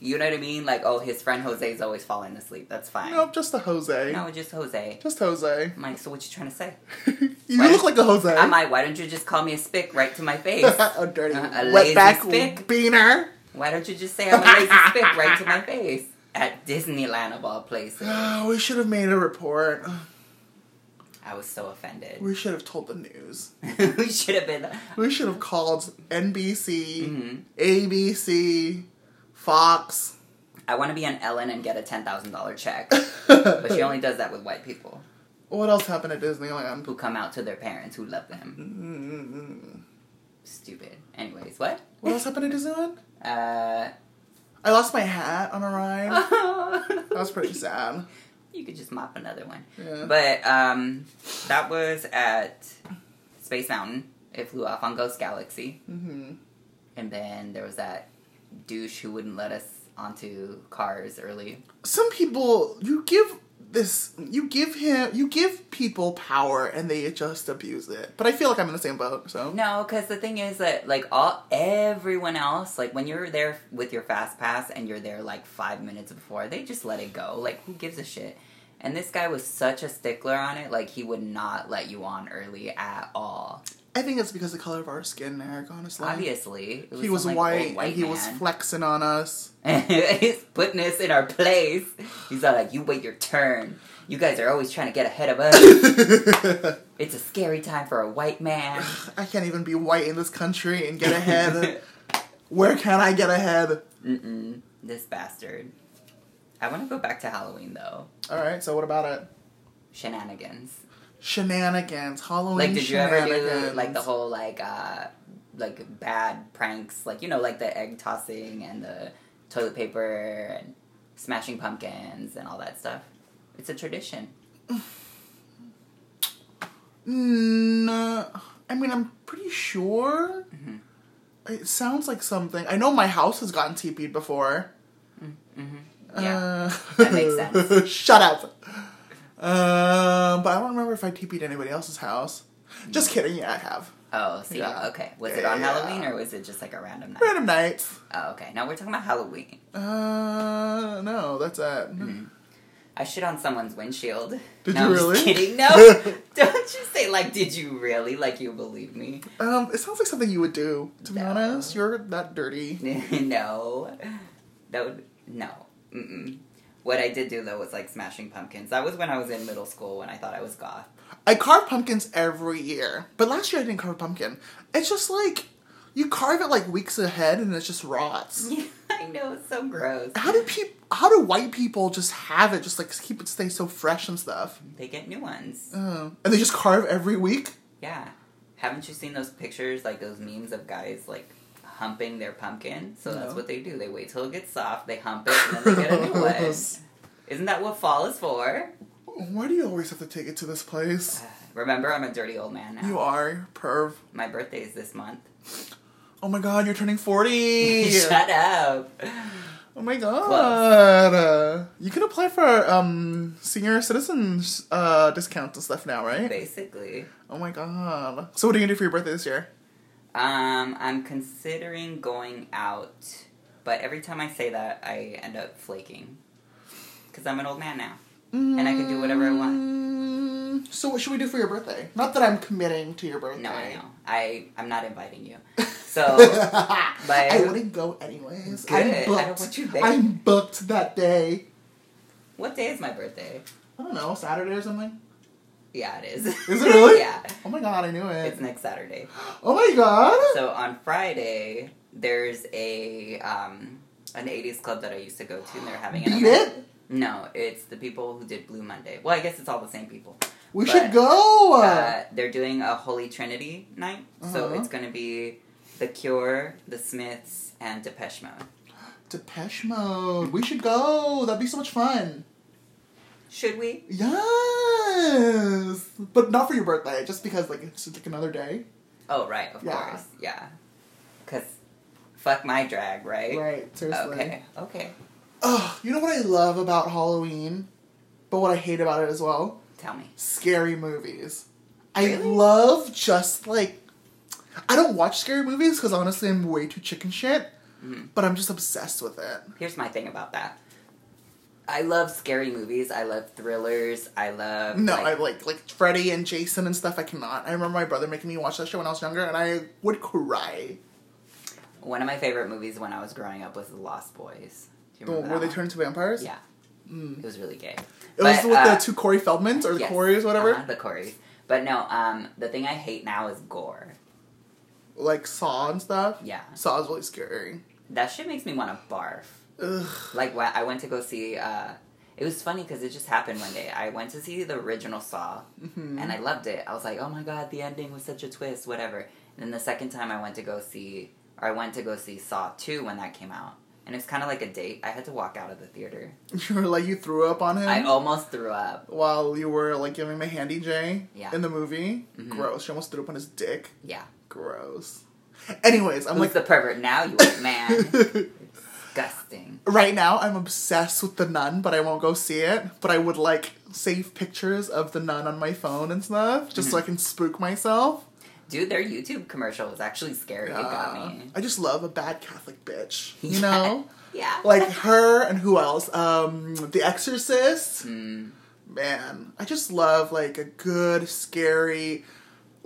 Speaker 2: You know what I mean? Like oh his friend Jose's always falling asleep. That's fine.
Speaker 1: Nope, just the Jose.
Speaker 2: No, just Jose.
Speaker 1: Just Jose.
Speaker 2: I'm like, so what you trying to say?
Speaker 1: you
Speaker 2: Why
Speaker 1: look
Speaker 2: don't-
Speaker 1: like a Jose.
Speaker 2: I'm like, why don't you just call me a spick right to my face?
Speaker 1: a dirty
Speaker 2: Uh, a lazy
Speaker 1: wetback
Speaker 2: spick?
Speaker 1: beaner.
Speaker 2: Why don't you just say I'm a lazy spick right to my face? At Disneyland of all places.
Speaker 1: Oh, we should have made a report.
Speaker 2: I was so offended.
Speaker 1: We should have told the news.
Speaker 2: we should have been
Speaker 1: We should have called NBC,
Speaker 2: Mhm.
Speaker 1: ABC, Fox.
Speaker 2: I want to be on Ellen and get a ten thousand dollar check, but she
Speaker 1: what
Speaker 2: only does that with white people
Speaker 1: else happened at Disneyland?
Speaker 2: who come out to their parents who love
Speaker 1: Mm-mm-mm.
Speaker 2: them. Stupid. Anyways, what?
Speaker 1: What else happened at Disneyland?
Speaker 2: Uh,
Speaker 1: I lost my hat on a ride. That was pretty sad.
Speaker 2: you could just mop another one.
Speaker 1: Yeah.
Speaker 2: But um, that was at Space Mountain. It flew off on Ghost Galaxy,
Speaker 1: hmm
Speaker 2: and then there was that douche who wouldn't let us onto cars early.
Speaker 1: Some people, you give this, you give him, you give people power and they just abuse it. But I feel like I'm in the same boat, so.
Speaker 2: No, because the thing is that like all everyone else, like when you're there with your fast pass and you're there like five minutes before, they just let it go. Like who gives a shit? And this guy was such a stickler on it. Like he would not let you on early at all.
Speaker 1: I think it's because of the color of our skin, Eric, honestly.
Speaker 2: Obviously, it
Speaker 1: He was
Speaker 2: some, like,
Speaker 1: white,
Speaker 2: old
Speaker 1: and he was
Speaker 2: man.
Speaker 1: flexing on us.
Speaker 2: He's putting us in our place. He's all like, "You wait your turn. You guys are always trying to get ahead of us.
Speaker 1: I
Speaker 2: it's a scary time for a white man."
Speaker 1: can't even be white in this country and get ahead. Where can I get ahead?
Speaker 2: Mm-mm. This bastard. I want to go back to Halloween though.
Speaker 1: All right, so what about it?
Speaker 2: Shenanigans.
Speaker 1: Shenanigans, Halloween
Speaker 2: Like, did you ever
Speaker 1: shenanigans.
Speaker 2: do like the whole like uh like bad pranks? Like you know, like the egg tossing and the toilet paper and smashing pumpkins and all that stuff. It's a tradition.
Speaker 1: No, uh, I mean I'm pretty sure.
Speaker 2: Mhm.
Speaker 1: It sounds like something. I know my house has gotten teepeed before.
Speaker 2: hmm Yeah.
Speaker 1: Uh,
Speaker 2: that makes sense.
Speaker 1: shut up. Um, but I don't remember if I teepeed anybody else's house. Just
Speaker 2: Mm.
Speaker 1: kidding. Yeah, I have
Speaker 2: oh, see.
Speaker 1: yeah.
Speaker 2: Okay. Was it on
Speaker 1: Yeah.
Speaker 2: Halloween or was it just like a random night?
Speaker 1: random nights.
Speaker 2: Oh, okay. Now we're talking about Halloween.
Speaker 1: Uh, no, that's it.
Speaker 2: Mm. I shit on someone's windshield.
Speaker 1: Did
Speaker 2: no,
Speaker 1: you
Speaker 2: I'm
Speaker 1: really?
Speaker 2: Just kidding. No. don't you say like, did you really? Like you believe me?
Speaker 1: Um, it sounds like something you would do. To be
Speaker 2: No.
Speaker 1: honest, you're that dirty.
Speaker 2: no. That would no. Mm-mm. What I did do though was like smashing pumpkins. That was when I was in middle school when I thought I was goth.
Speaker 1: I carve pumpkins every year, but last year I didn't carve a pumpkin. It's just like you carve it like weeks ahead, and it just rots.
Speaker 2: Yeah, I know it's so gross.
Speaker 1: How do people? How do white people just have it? Just like keep it stay so fresh and stuff.
Speaker 2: They get new ones.
Speaker 1: Uh, and they just carve every week.
Speaker 2: Yeah. Haven't you seen those pictures, like those memes of guys like humping their pumpkin? So that's
Speaker 1: No.
Speaker 2: what they do. They wait till it gets soft, they hump it, and then they get a new one.
Speaker 1: Gross.
Speaker 2: Isn't that what fall is for?
Speaker 1: Why do you always have to take it to this place?
Speaker 2: Remember, I'm a dirty old man now.
Speaker 1: You are perv.
Speaker 2: My birthday is this month.
Speaker 1: Oh my god, you're turning forty.
Speaker 2: Shut up.
Speaker 1: Oh my god. Uh, you can apply for um senior citizens uh discounts and stuff now, right?
Speaker 2: Basically.
Speaker 1: Oh my god. So what are you gonna do for your birthday this year?
Speaker 2: Um, I'm considering going out, but every time I say that, I end up flaking. Because I'm an old man now. And I can do whatever I want.
Speaker 1: want. Mm, So what should we do for your birthday? Not that I'm committing to your birthday.
Speaker 2: No, I know. I, I'm not inviting you. So,
Speaker 1: I wouldn't go anyways. I'm
Speaker 2: Good.
Speaker 1: booked.
Speaker 2: I don't want you there.
Speaker 1: I'm booked that day.
Speaker 2: what day is my birthday?
Speaker 1: I don't know, Saturday or something.
Speaker 2: Yeah, it is.
Speaker 1: Is it really?
Speaker 2: yeah.
Speaker 1: Oh my god, I knew it.
Speaker 2: It's next Saturday.
Speaker 1: Oh my god.
Speaker 2: So on Friday, there's a um, an 80s club that I used to go to, and they're having an
Speaker 1: Beat
Speaker 2: event.
Speaker 1: it.
Speaker 2: No, it's the people who did Blue Monday. Well, I guess it's all the same people.
Speaker 1: We
Speaker 2: But,
Speaker 1: should go.
Speaker 2: Uh, they're doing a Holy Trinity night, so
Speaker 1: Uh-huh.
Speaker 2: it's going to be The Cure, The Smiths, and Depeche Mode.
Speaker 1: Depeche Mode. We should go. That'd be so much fun.
Speaker 2: Should we?
Speaker 1: Yes. Yes, but not for your birthday, just because like it's just, like another day.
Speaker 2: Oh, right, of
Speaker 1: Yeah.
Speaker 2: course. Yeah. Because fuck my drag, right?
Speaker 1: Right. Seriously.
Speaker 2: Okay, okay.
Speaker 1: Ugh, you know what I love about Halloween, but what I hate about it as well?
Speaker 2: Tell me.
Speaker 1: Scary movies. I
Speaker 2: Really?
Speaker 1: love just like I don't watch scary movies because honestly I'm way too chicken shit,
Speaker 2: Mm.
Speaker 1: but I'm just obsessed with it.
Speaker 2: Here's my thing about that. I love scary movies. I love thrillers. I love.
Speaker 1: No,
Speaker 2: like,
Speaker 1: I like like Freddy and Jason and stuff. I cannot. I remember my brother making me watch that show when I was younger, and I would cry.
Speaker 2: One of my favorite movies when I was growing up was The Lost Boys. Do you
Speaker 1: The,
Speaker 2: remember
Speaker 1: where
Speaker 2: that
Speaker 1: they
Speaker 2: one?
Speaker 1: turn into vampires.
Speaker 2: Yeah. uh, It was really gay.
Speaker 1: It was with the two Corey Feldmans or the Coreys, whatever.
Speaker 2: uh the Corys. But no, um, the thing I hate now is gore.
Speaker 1: Like Saw and stuff.
Speaker 2: Yeah.
Speaker 1: Saw is really scary.
Speaker 2: That shit makes me want to barf.
Speaker 1: Ugh.
Speaker 2: Like, when I went to go see. Uh, it was funny because it just happened one day. I went to see the original Saw,
Speaker 1: Mm-hmm.
Speaker 2: and I loved it. I was like, "Oh my god, the ending was such a twist, whatever." And then the second time I went to go see, or I went to go see Saw Two when that came out, and it's kind of like a date. I had to walk out of the theater.
Speaker 1: You were like you threw up on him
Speaker 2: I almost threw up.
Speaker 1: while you were like giving him a handy J
Speaker 2: Yeah. Mm-hmm.
Speaker 1: in the movie. Gross. She almost threw up on his dick.
Speaker 2: Yeah,
Speaker 1: Gross. Anyways, I'm
Speaker 2: I'm like
Speaker 1: like
Speaker 2: the pervert now, you old man. Disgusting.
Speaker 1: right now I'm obsessed with the nun, but I won't go see it. But I would like save pictures of the nun on my phone and stuff, just so
Speaker 2: Mm-hmm.
Speaker 1: I can spook myself.
Speaker 2: Dude, their YouTube commercial was actually scary. It got
Speaker 1: Uh,
Speaker 2: me.
Speaker 1: I just love a bad Catholic bitch. You know?
Speaker 2: Yeah.
Speaker 1: like her and who else? Um The Exorcist.
Speaker 2: Mm,
Speaker 1: Man, I just love like a good, scary,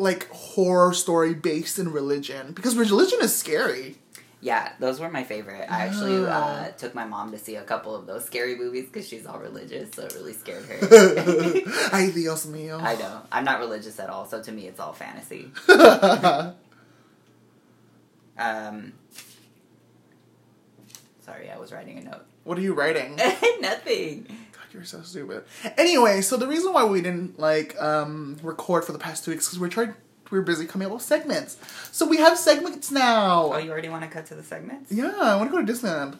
Speaker 1: like horror story based in religion. Because religion is scary.
Speaker 2: Yeah, those were my favorite. I actually uh,
Speaker 1: Ah.
Speaker 2: took my mom to see a couple of those scary movies because she's all religious, so it really scared her.
Speaker 1: Ay Dios mío.
Speaker 2: I know. I'm not religious at all, so to me, it's all fantasy. Um, sorry, I was writing a note.
Speaker 1: what are you writing?
Speaker 2: Nothing.
Speaker 1: God, you're so stupid. Anyway, so the reason why we didn't like um record for the past two weeks because we're trying we were busy coming up with segments. So we have segments now.
Speaker 2: Oh, you already want to cut to the segments?
Speaker 1: yeah, I want to go to Disneyland.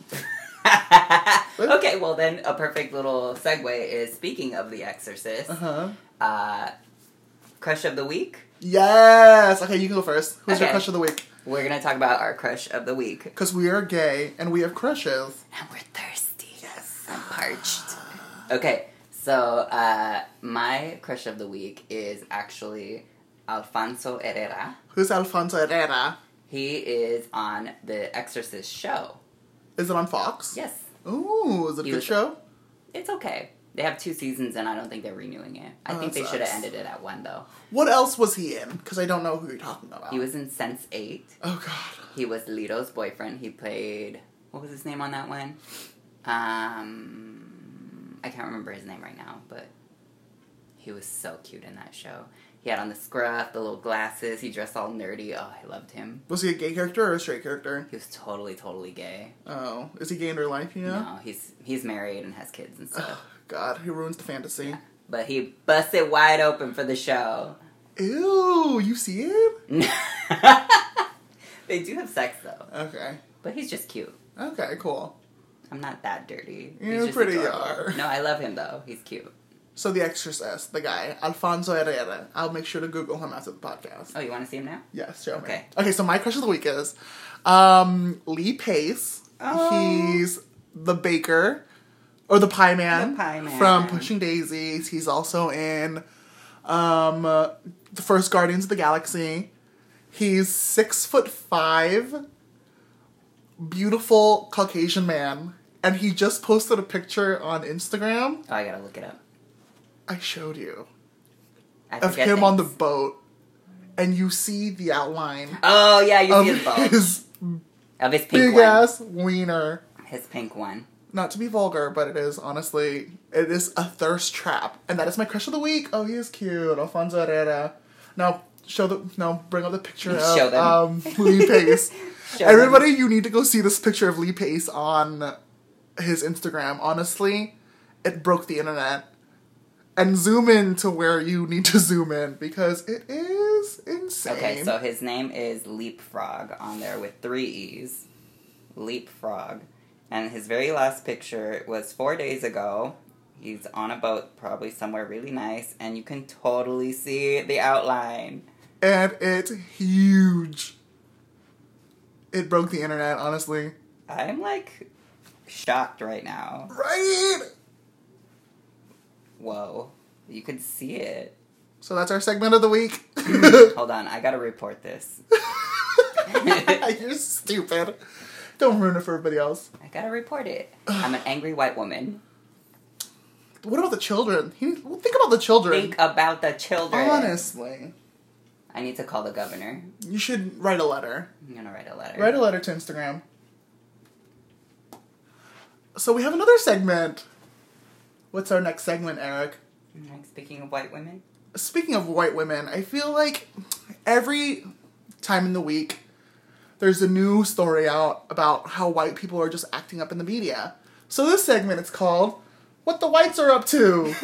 Speaker 2: okay, well then, a perfect little segue is speaking of The Exorcist.
Speaker 1: Uh huh.
Speaker 2: Uh, crush of the week.
Speaker 1: Yes. Okay, you can go first. Who's your
Speaker 2: Okay.
Speaker 1: crush of the week?
Speaker 2: We're gonna talk about our crush of the week.
Speaker 1: Because we are gay and we have crushes.
Speaker 2: And we're thirsty. Yes. I'm parched. Okay, so uh, my crush of the week is actually Alfonso Herrera.
Speaker 1: Who's Alfonso Herrera?
Speaker 2: He is on the Exorcist show.
Speaker 1: Is it on Fox?
Speaker 2: Yes,
Speaker 1: Ooh, is it a
Speaker 2: He
Speaker 1: good
Speaker 2: was-
Speaker 1: show?
Speaker 2: it's okay. They have two seasons, and I don't think they're renewing it. I
Speaker 1: Oh,
Speaker 2: think
Speaker 1: that
Speaker 2: they should have
Speaker 1: sucks.
Speaker 2: ended it at one though.
Speaker 1: What else was he in? Because I don't know who you're talking about.
Speaker 2: He was in Sense Eight.
Speaker 1: oh God.
Speaker 2: He was Lito's boyfriend. He played what was his name on that one? Um, I can't remember his name right now, but he was so cute in that show. He had on the scruff, the little glasses. He dressed all nerdy. Oh, I loved him.
Speaker 1: Was he a gay character or a straight character?
Speaker 2: He was totally, totally gay.
Speaker 1: Oh, is he gay in real life? You know.
Speaker 2: No, he's he's married and has kids and stuff.
Speaker 1: God, he ruins the fantasy.
Speaker 2: but he busted wide open for the show.
Speaker 1: Ew, you see it?
Speaker 2: they do have sex though,
Speaker 1: Okay.
Speaker 2: but he's just cute.
Speaker 1: Okay, cool.
Speaker 2: I'm not that dirty.
Speaker 1: You
Speaker 2: he's just
Speaker 1: pretty
Speaker 2: adorable.
Speaker 1: are.
Speaker 2: No, I love him though. He's cute.
Speaker 1: So the exorcist, the guy, Alfonso Herrera. I'll make sure to Google him after the podcast.
Speaker 2: Oh, you want to see him now?
Speaker 1: Yes, show
Speaker 2: Okay.
Speaker 1: me. Okay, so my crush of the week is um, Lee Pace.
Speaker 2: Oh.
Speaker 1: He's the baker or the pie man,
Speaker 2: The pie man.
Speaker 1: from Pushing Daisies. He's also in um, uh, the first Guardians of the Galaxy. He's six foot five, beautiful Caucasian man, and he just posted a picture on Instagram.
Speaker 2: Oh, I gotta look it up.
Speaker 1: I showed you
Speaker 2: I
Speaker 1: of
Speaker 2: forget
Speaker 1: him on the
Speaker 2: things.
Speaker 1: boat, and you see the outline
Speaker 2: Oh yeah, you see his
Speaker 1: of
Speaker 2: bulge
Speaker 1: his
Speaker 2: of his pink
Speaker 1: big
Speaker 2: one.
Speaker 1: ass wiener.
Speaker 2: His pink one.
Speaker 1: Not to be vulgar, but it is honestly, it is a thirst trap, and that is my crush of the week. Oh, he is cute, Alfonso Herrera. Now show the no, bring up the picture of
Speaker 2: Show them.
Speaker 1: um, Lee Pace.
Speaker 2: Show them.
Speaker 1: Everybody, you need to go see this picture of Lee Pace on his Instagram. Honestly, it broke the internet. And zoom in to where you need to zoom in because it is insane.
Speaker 2: Okay, so his name is Leapfrog on there with three E's. Leapfrog. And his very last picture was four days ago He's on a boat, probably somewhere really nice, and you can totally see the outline.
Speaker 1: and it's huge. It broke the internet, honestly.
Speaker 2: I'm like shocked right now.
Speaker 1: Right.
Speaker 2: Whoa. You could see it.
Speaker 1: So that's our segment of the week.
Speaker 2: Hold on, I gotta report this.
Speaker 1: You're stupid. Don't ruin it for everybody else.
Speaker 2: I gotta report it. I'm an angry white woman.
Speaker 1: What about the children? He, well, think about the children.
Speaker 2: Think about the children.
Speaker 1: Honestly,
Speaker 2: I need to call the governor.
Speaker 1: you should write a letter.
Speaker 2: I'm gonna write a letter.
Speaker 1: Write a letter to Instagram. So we have another segment. What's our next segment, Eric?
Speaker 2: Like, Speaking of white women,
Speaker 1: Speaking of white women, I feel like every time in the week there's a new story out about how white people are just acting up in the media. So this segment is called What the Whites Are Up To.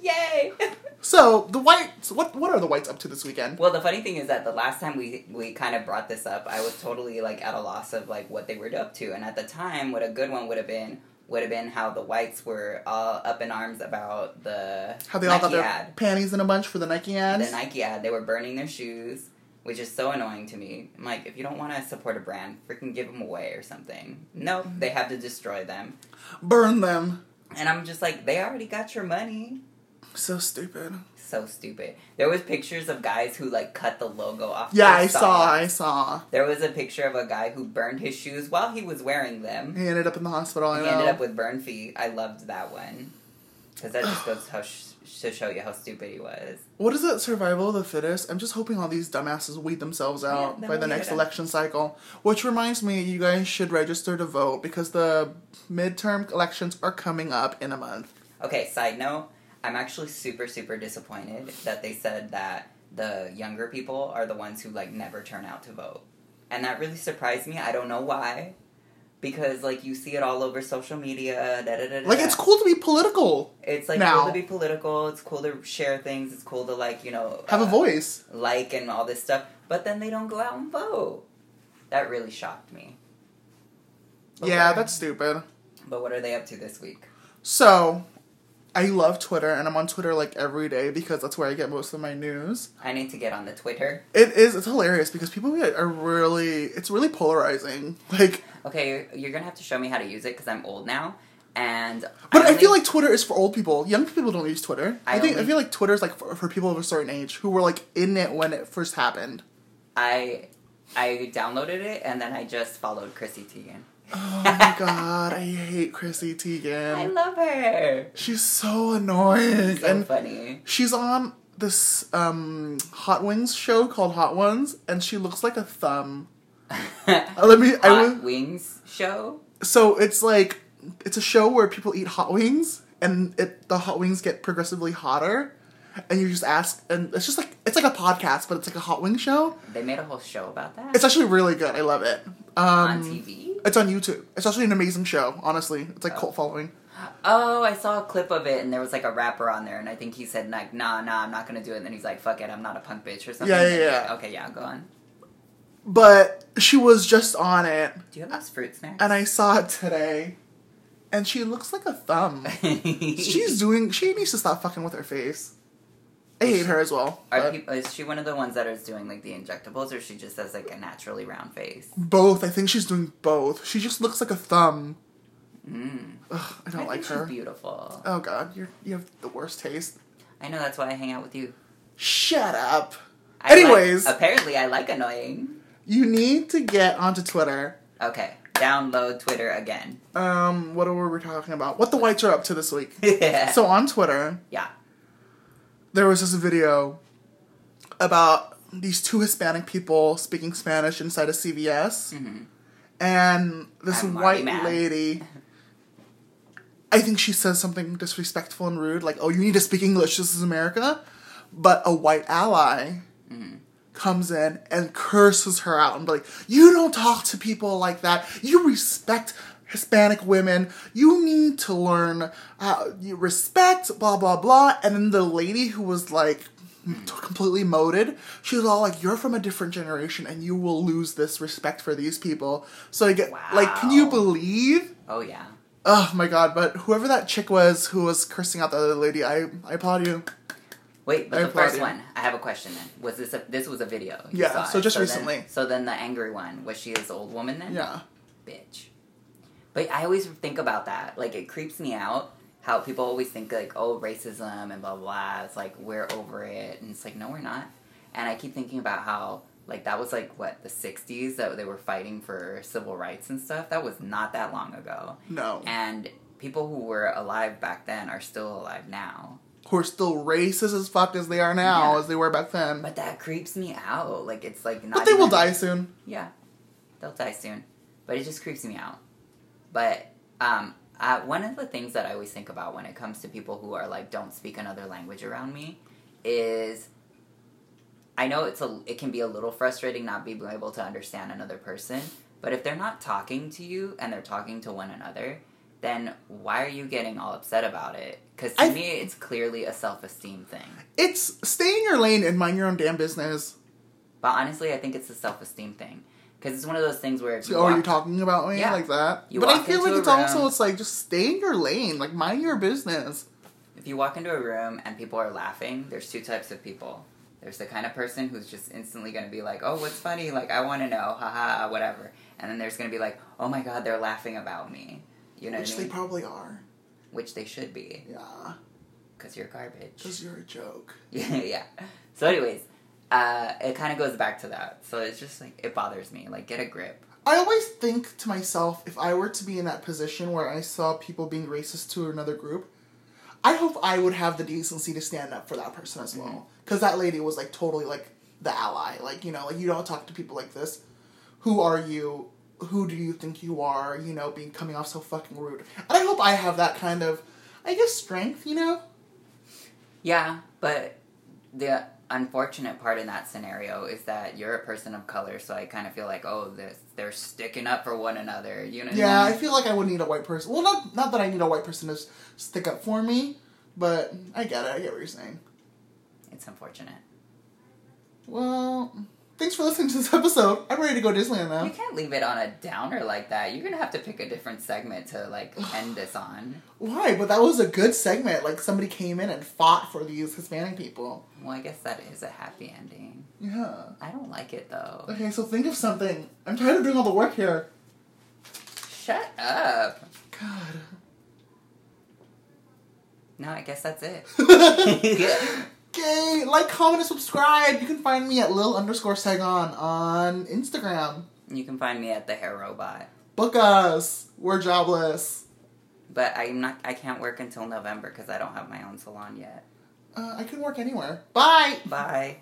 Speaker 2: yay!
Speaker 1: so, the whites what what are the whites up to this weekend?
Speaker 2: well, the funny thing is that the last time we we kind of brought this up, I was totally like at a loss of like what they were up to, and at the time, what a good one would have been would have been how the whites were all up in arms about the
Speaker 1: How they all
Speaker 2: Nike
Speaker 1: got their
Speaker 2: ad.
Speaker 1: panties in a bunch for the Nike ads.
Speaker 2: the Nike ad. They were burning their shoes, which is so annoying to me. I'm like, if you don't want to support a brand, freaking give them away or something. No, they have to destroy them.
Speaker 1: Burn them.
Speaker 2: And I'm just like, they already got your money.
Speaker 1: So stupid.
Speaker 2: So stupid. There was pictures of guys who like cut the logo off.
Speaker 1: Yeah,
Speaker 2: their
Speaker 1: I saw.
Speaker 2: socks.
Speaker 1: I saw.
Speaker 2: There was a picture of a guy who burned his shoes while he was wearing them.
Speaker 1: He ended up in the hospital. I
Speaker 2: He
Speaker 1: know.
Speaker 2: ended up with burn feet. I loved that one because that just goes how sh- to show you how stupid he was.
Speaker 1: what is it? Survival of the fittest. I'm just hoping all these dumbasses weed themselves out
Speaker 2: Yeah, then
Speaker 1: by the
Speaker 2: we'll
Speaker 1: next
Speaker 2: get it.
Speaker 1: election cycle. Which reminds me, you guys should register to vote because the midterm elections are coming up in a month.
Speaker 2: Okay, side note, I'm actually super, super disappointed that they said that the younger people are the ones who like never turn out to vote. And that really surprised me. I don't know why. Because like you see it all over social media, da da da. da,
Speaker 1: Like
Speaker 2: da.
Speaker 1: it's cool to be political,
Speaker 2: It's like
Speaker 1: now.
Speaker 2: cool to be political, it's cool to share things, it's cool to like, you know
Speaker 1: have a
Speaker 2: uh,
Speaker 1: voice.
Speaker 2: like and all this stuff. But then they don't go out and vote. That really shocked me. But
Speaker 1: Yeah,
Speaker 2: what-
Speaker 1: that's stupid.
Speaker 2: but what are they up to this week?
Speaker 1: So, I love Twitter and I'm on Twitter like every day because that's where I get most of my news.
Speaker 2: I need to get on the Twitter.
Speaker 1: It is. It's hilarious because people get- are really. It's really polarizing. Like,
Speaker 2: Okay, you're, you're gonna have to show me how to use it because I'm old now, and
Speaker 1: but I
Speaker 2: only-
Speaker 1: feel like Twitter is for old people. Young people don't use Twitter. I,
Speaker 2: I
Speaker 1: think I
Speaker 2: only-
Speaker 1: feel like Twitter is like for, for people of a certain age who were like in it when it first happened.
Speaker 2: I I downloaded it and then I just followed Chrissy Teigen.
Speaker 1: Oh my god, I hate Chrissy Teigen.
Speaker 2: I love her.
Speaker 1: she's so annoying,
Speaker 2: So
Speaker 1: Um, and
Speaker 2: funny.
Speaker 1: she's on this um Hot Wings show called Hot Ones, and she looks like a thumb.
Speaker 2: Hot
Speaker 1: Uh, Let me. I was,
Speaker 2: Wings show.
Speaker 1: so it's like it's a show where people eat hot wings and it the hot wings get progressively hotter and you just ask and it's just like it's like a podcast but it's like a hot wing show
Speaker 2: They made a whole show about that
Speaker 1: it's actually really good i love it Um,
Speaker 2: on TV.
Speaker 1: it's on youtube it's actually an amazing show honestly it's like
Speaker 2: Oh.
Speaker 1: cult following
Speaker 2: Oh, I saw a clip of it and there was like a rapper on there and I think he said like, "Nah, nah, I'm not gonna do it." And then he's like, "Fuck it, I'm not a punk bitch" or something.
Speaker 1: Yeah, yeah, yeah.
Speaker 2: Okay, yeah, go on.
Speaker 1: but she was just on it
Speaker 2: Do you have those fruit snacks?
Speaker 1: and i saw it today and she looks like a thumb she's doing she needs to stop fucking with her face i hate her as well
Speaker 2: Are
Speaker 1: but
Speaker 2: people, is she one of the ones that is doing like the injectables, or she just has like a naturally round face?
Speaker 1: both i think she's doing both she just looks like a thumb
Speaker 2: Mm.
Speaker 1: Ugh, I don't
Speaker 2: I
Speaker 1: like
Speaker 2: think she's
Speaker 1: her.
Speaker 2: beautiful.
Speaker 1: Oh god, you you have the worst taste.
Speaker 2: I know that's why I hang out with you.
Speaker 1: Shut up.
Speaker 2: I like-
Speaker 1: Anyways.
Speaker 2: apparently I like annoying.
Speaker 1: You need to get onto Twitter.
Speaker 2: Okay, download Twitter again.
Speaker 1: Um, what were we talking about? What the whites are up to this week?
Speaker 2: so
Speaker 1: so on Twitter,
Speaker 2: yeah,
Speaker 1: there was this video about these two Hispanic people speaking Spanish inside a CVS, and this
Speaker 2: Mm-hmm. I'm already
Speaker 1: white
Speaker 2: mad.
Speaker 1: lady. I think she says something disrespectful and rude, like "Oh, you need to speak English. This is America." But a white ally comes in and curses her out and be like, "You don't talk to people like that. You respect Hispanic women. You need to learn uh, you respect." Blah blah blah. And then the lady who was like t- completely moted, she's all like, "You're from a different generation, and you will lose this respect for these people." So I get like, can you
Speaker 2: Wow.
Speaker 1: believe?
Speaker 2: oh yeah.
Speaker 1: Oh my god, but whoever that chick was who was cursing out the other lady, I I applaud you.
Speaker 2: Wait, but
Speaker 1: I
Speaker 2: the
Speaker 1: applaud
Speaker 2: first
Speaker 1: you.
Speaker 2: one, I have a question. Then was this a, this was a video? You
Speaker 1: Yeah,
Speaker 2: saw
Speaker 1: so
Speaker 2: it.
Speaker 1: just
Speaker 2: then-
Speaker 1: recently.
Speaker 2: so then the angry one was she this old woman then?
Speaker 1: Yeah.
Speaker 2: bitch. But I always think about that. Like it creeps me out how people always think like, oh, racism and blah blah. blah. It's like we're over it, and it's like no, we're not. And I keep thinking about how like that was like what the '60s that they were fighting for civil rights and stuff. That was not that long ago,
Speaker 1: No.
Speaker 2: and people who were alive back then are still alive now.
Speaker 1: Who are still racist as fuck as they are now,
Speaker 2: Yeah.
Speaker 1: as they were back then. But,
Speaker 2: But that creeps me out. Like it's like not.
Speaker 1: they will
Speaker 2: even-
Speaker 1: die soon.
Speaker 2: Yeah, they'll die soon. But it just creeps me out. But um, uh, one of the things that I always think about when it comes to people who are like don't speak another language around me is I know it's a it can be a little frustrating not being able to understand another person. But if they're not talking to you and they're talking to one another, then why are you getting all upset about it? Because to
Speaker 1: I-
Speaker 2: me, it's clearly a self esteem thing.
Speaker 1: It's stay in your lane and mind your own damn business.
Speaker 2: But honestly, I think it's a self esteem thing. Because it's one of those things where if
Speaker 1: So, oh, are you
Speaker 2: walk-
Speaker 1: talking about me
Speaker 2: Yeah.
Speaker 1: like that?
Speaker 2: You
Speaker 1: but I
Speaker 2: walk
Speaker 1: feel
Speaker 2: into
Speaker 1: like
Speaker 2: a
Speaker 1: it's
Speaker 2: room-
Speaker 1: also it's like just stay in your lane, like mind your business.
Speaker 2: If you walk into a room and people are laughing, there's two types of people. There's the kind of person who's just instantly going to be like, oh, what's funny? Like, I want to know. Haha, whatever. And then there's going to be like, oh my God, they're laughing about me. You know
Speaker 1: which
Speaker 2: what I
Speaker 1: they
Speaker 2: mean?
Speaker 1: probably are.
Speaker 2: which they should be,
Speaker 1: Yeah.
Speaker 2: because you're garbage.
Speaker 1: Because you're a joke.
Speaker 2: yeah. So, anyways, uh, it kind of goes back to that. So it's just like, it bothers me. Like, get a grip.
Speaker 1: I always think to myself, if I were to be in that position where I saw people being racist to another group, I hope I would have the decency to stand up for that person as well.
Speaker 2: Mm-hmm.
Speaker 1: Because that lady was like totally like the ally. Like, you know, like you don't talk to people like this. Who are you? Who do you think you are? You know, being coming off so fucking rude. And I hope I have that kind of, I guess, strength, you know?
Speaker 2: Yeah, but the unfortunate part in that scenario is that you're a person of color, so I kind of feel like, oh, they're, they're sticking up for one another. You know? what I
Speaker 1: Yeah, I
Speaker 2: mean?
Speaker 1: feel like I would need a white person. Well, not, not that I need a white person to s- stick up for me, but I get it. I get what you're saying.
Speaker 2: it's unfortunate.
Speaker 1: Well, thanks for listening to this episode. I'm ready to go to Disneyland now.
Speaker 2: You can't leave it on a downer like that. You're gonna have to pick a different segment to like end this on.
Speaker 1: Why? But that was a good segment. Like somebody came in and fought for these Hispanic people.
Speaker 2: Well, I guess that is a happy ending.
Speaker 1: Yeah.
Speaker 2: I don't like it though.
Speaker 1: Okay, so think of something. I'm tired of doing all the work here.
Speaker 2: Shut up.
Speaker 1: God.
Speaker 2: No, I guess that's it.
Speaker 1: Okay, like, comment, and subscribe. You can find me at lil underscore Saigon on Instagram.
Speaker 2: you can find me at the hair robot,
Speaker 1: Book us. We're jobless.
Speaker 2: but I'm not. I can't work until November because I don't have my own salon yet.
Speaker 1: Uh, I can work anywhere. Bye.
Speaker 2: Bye.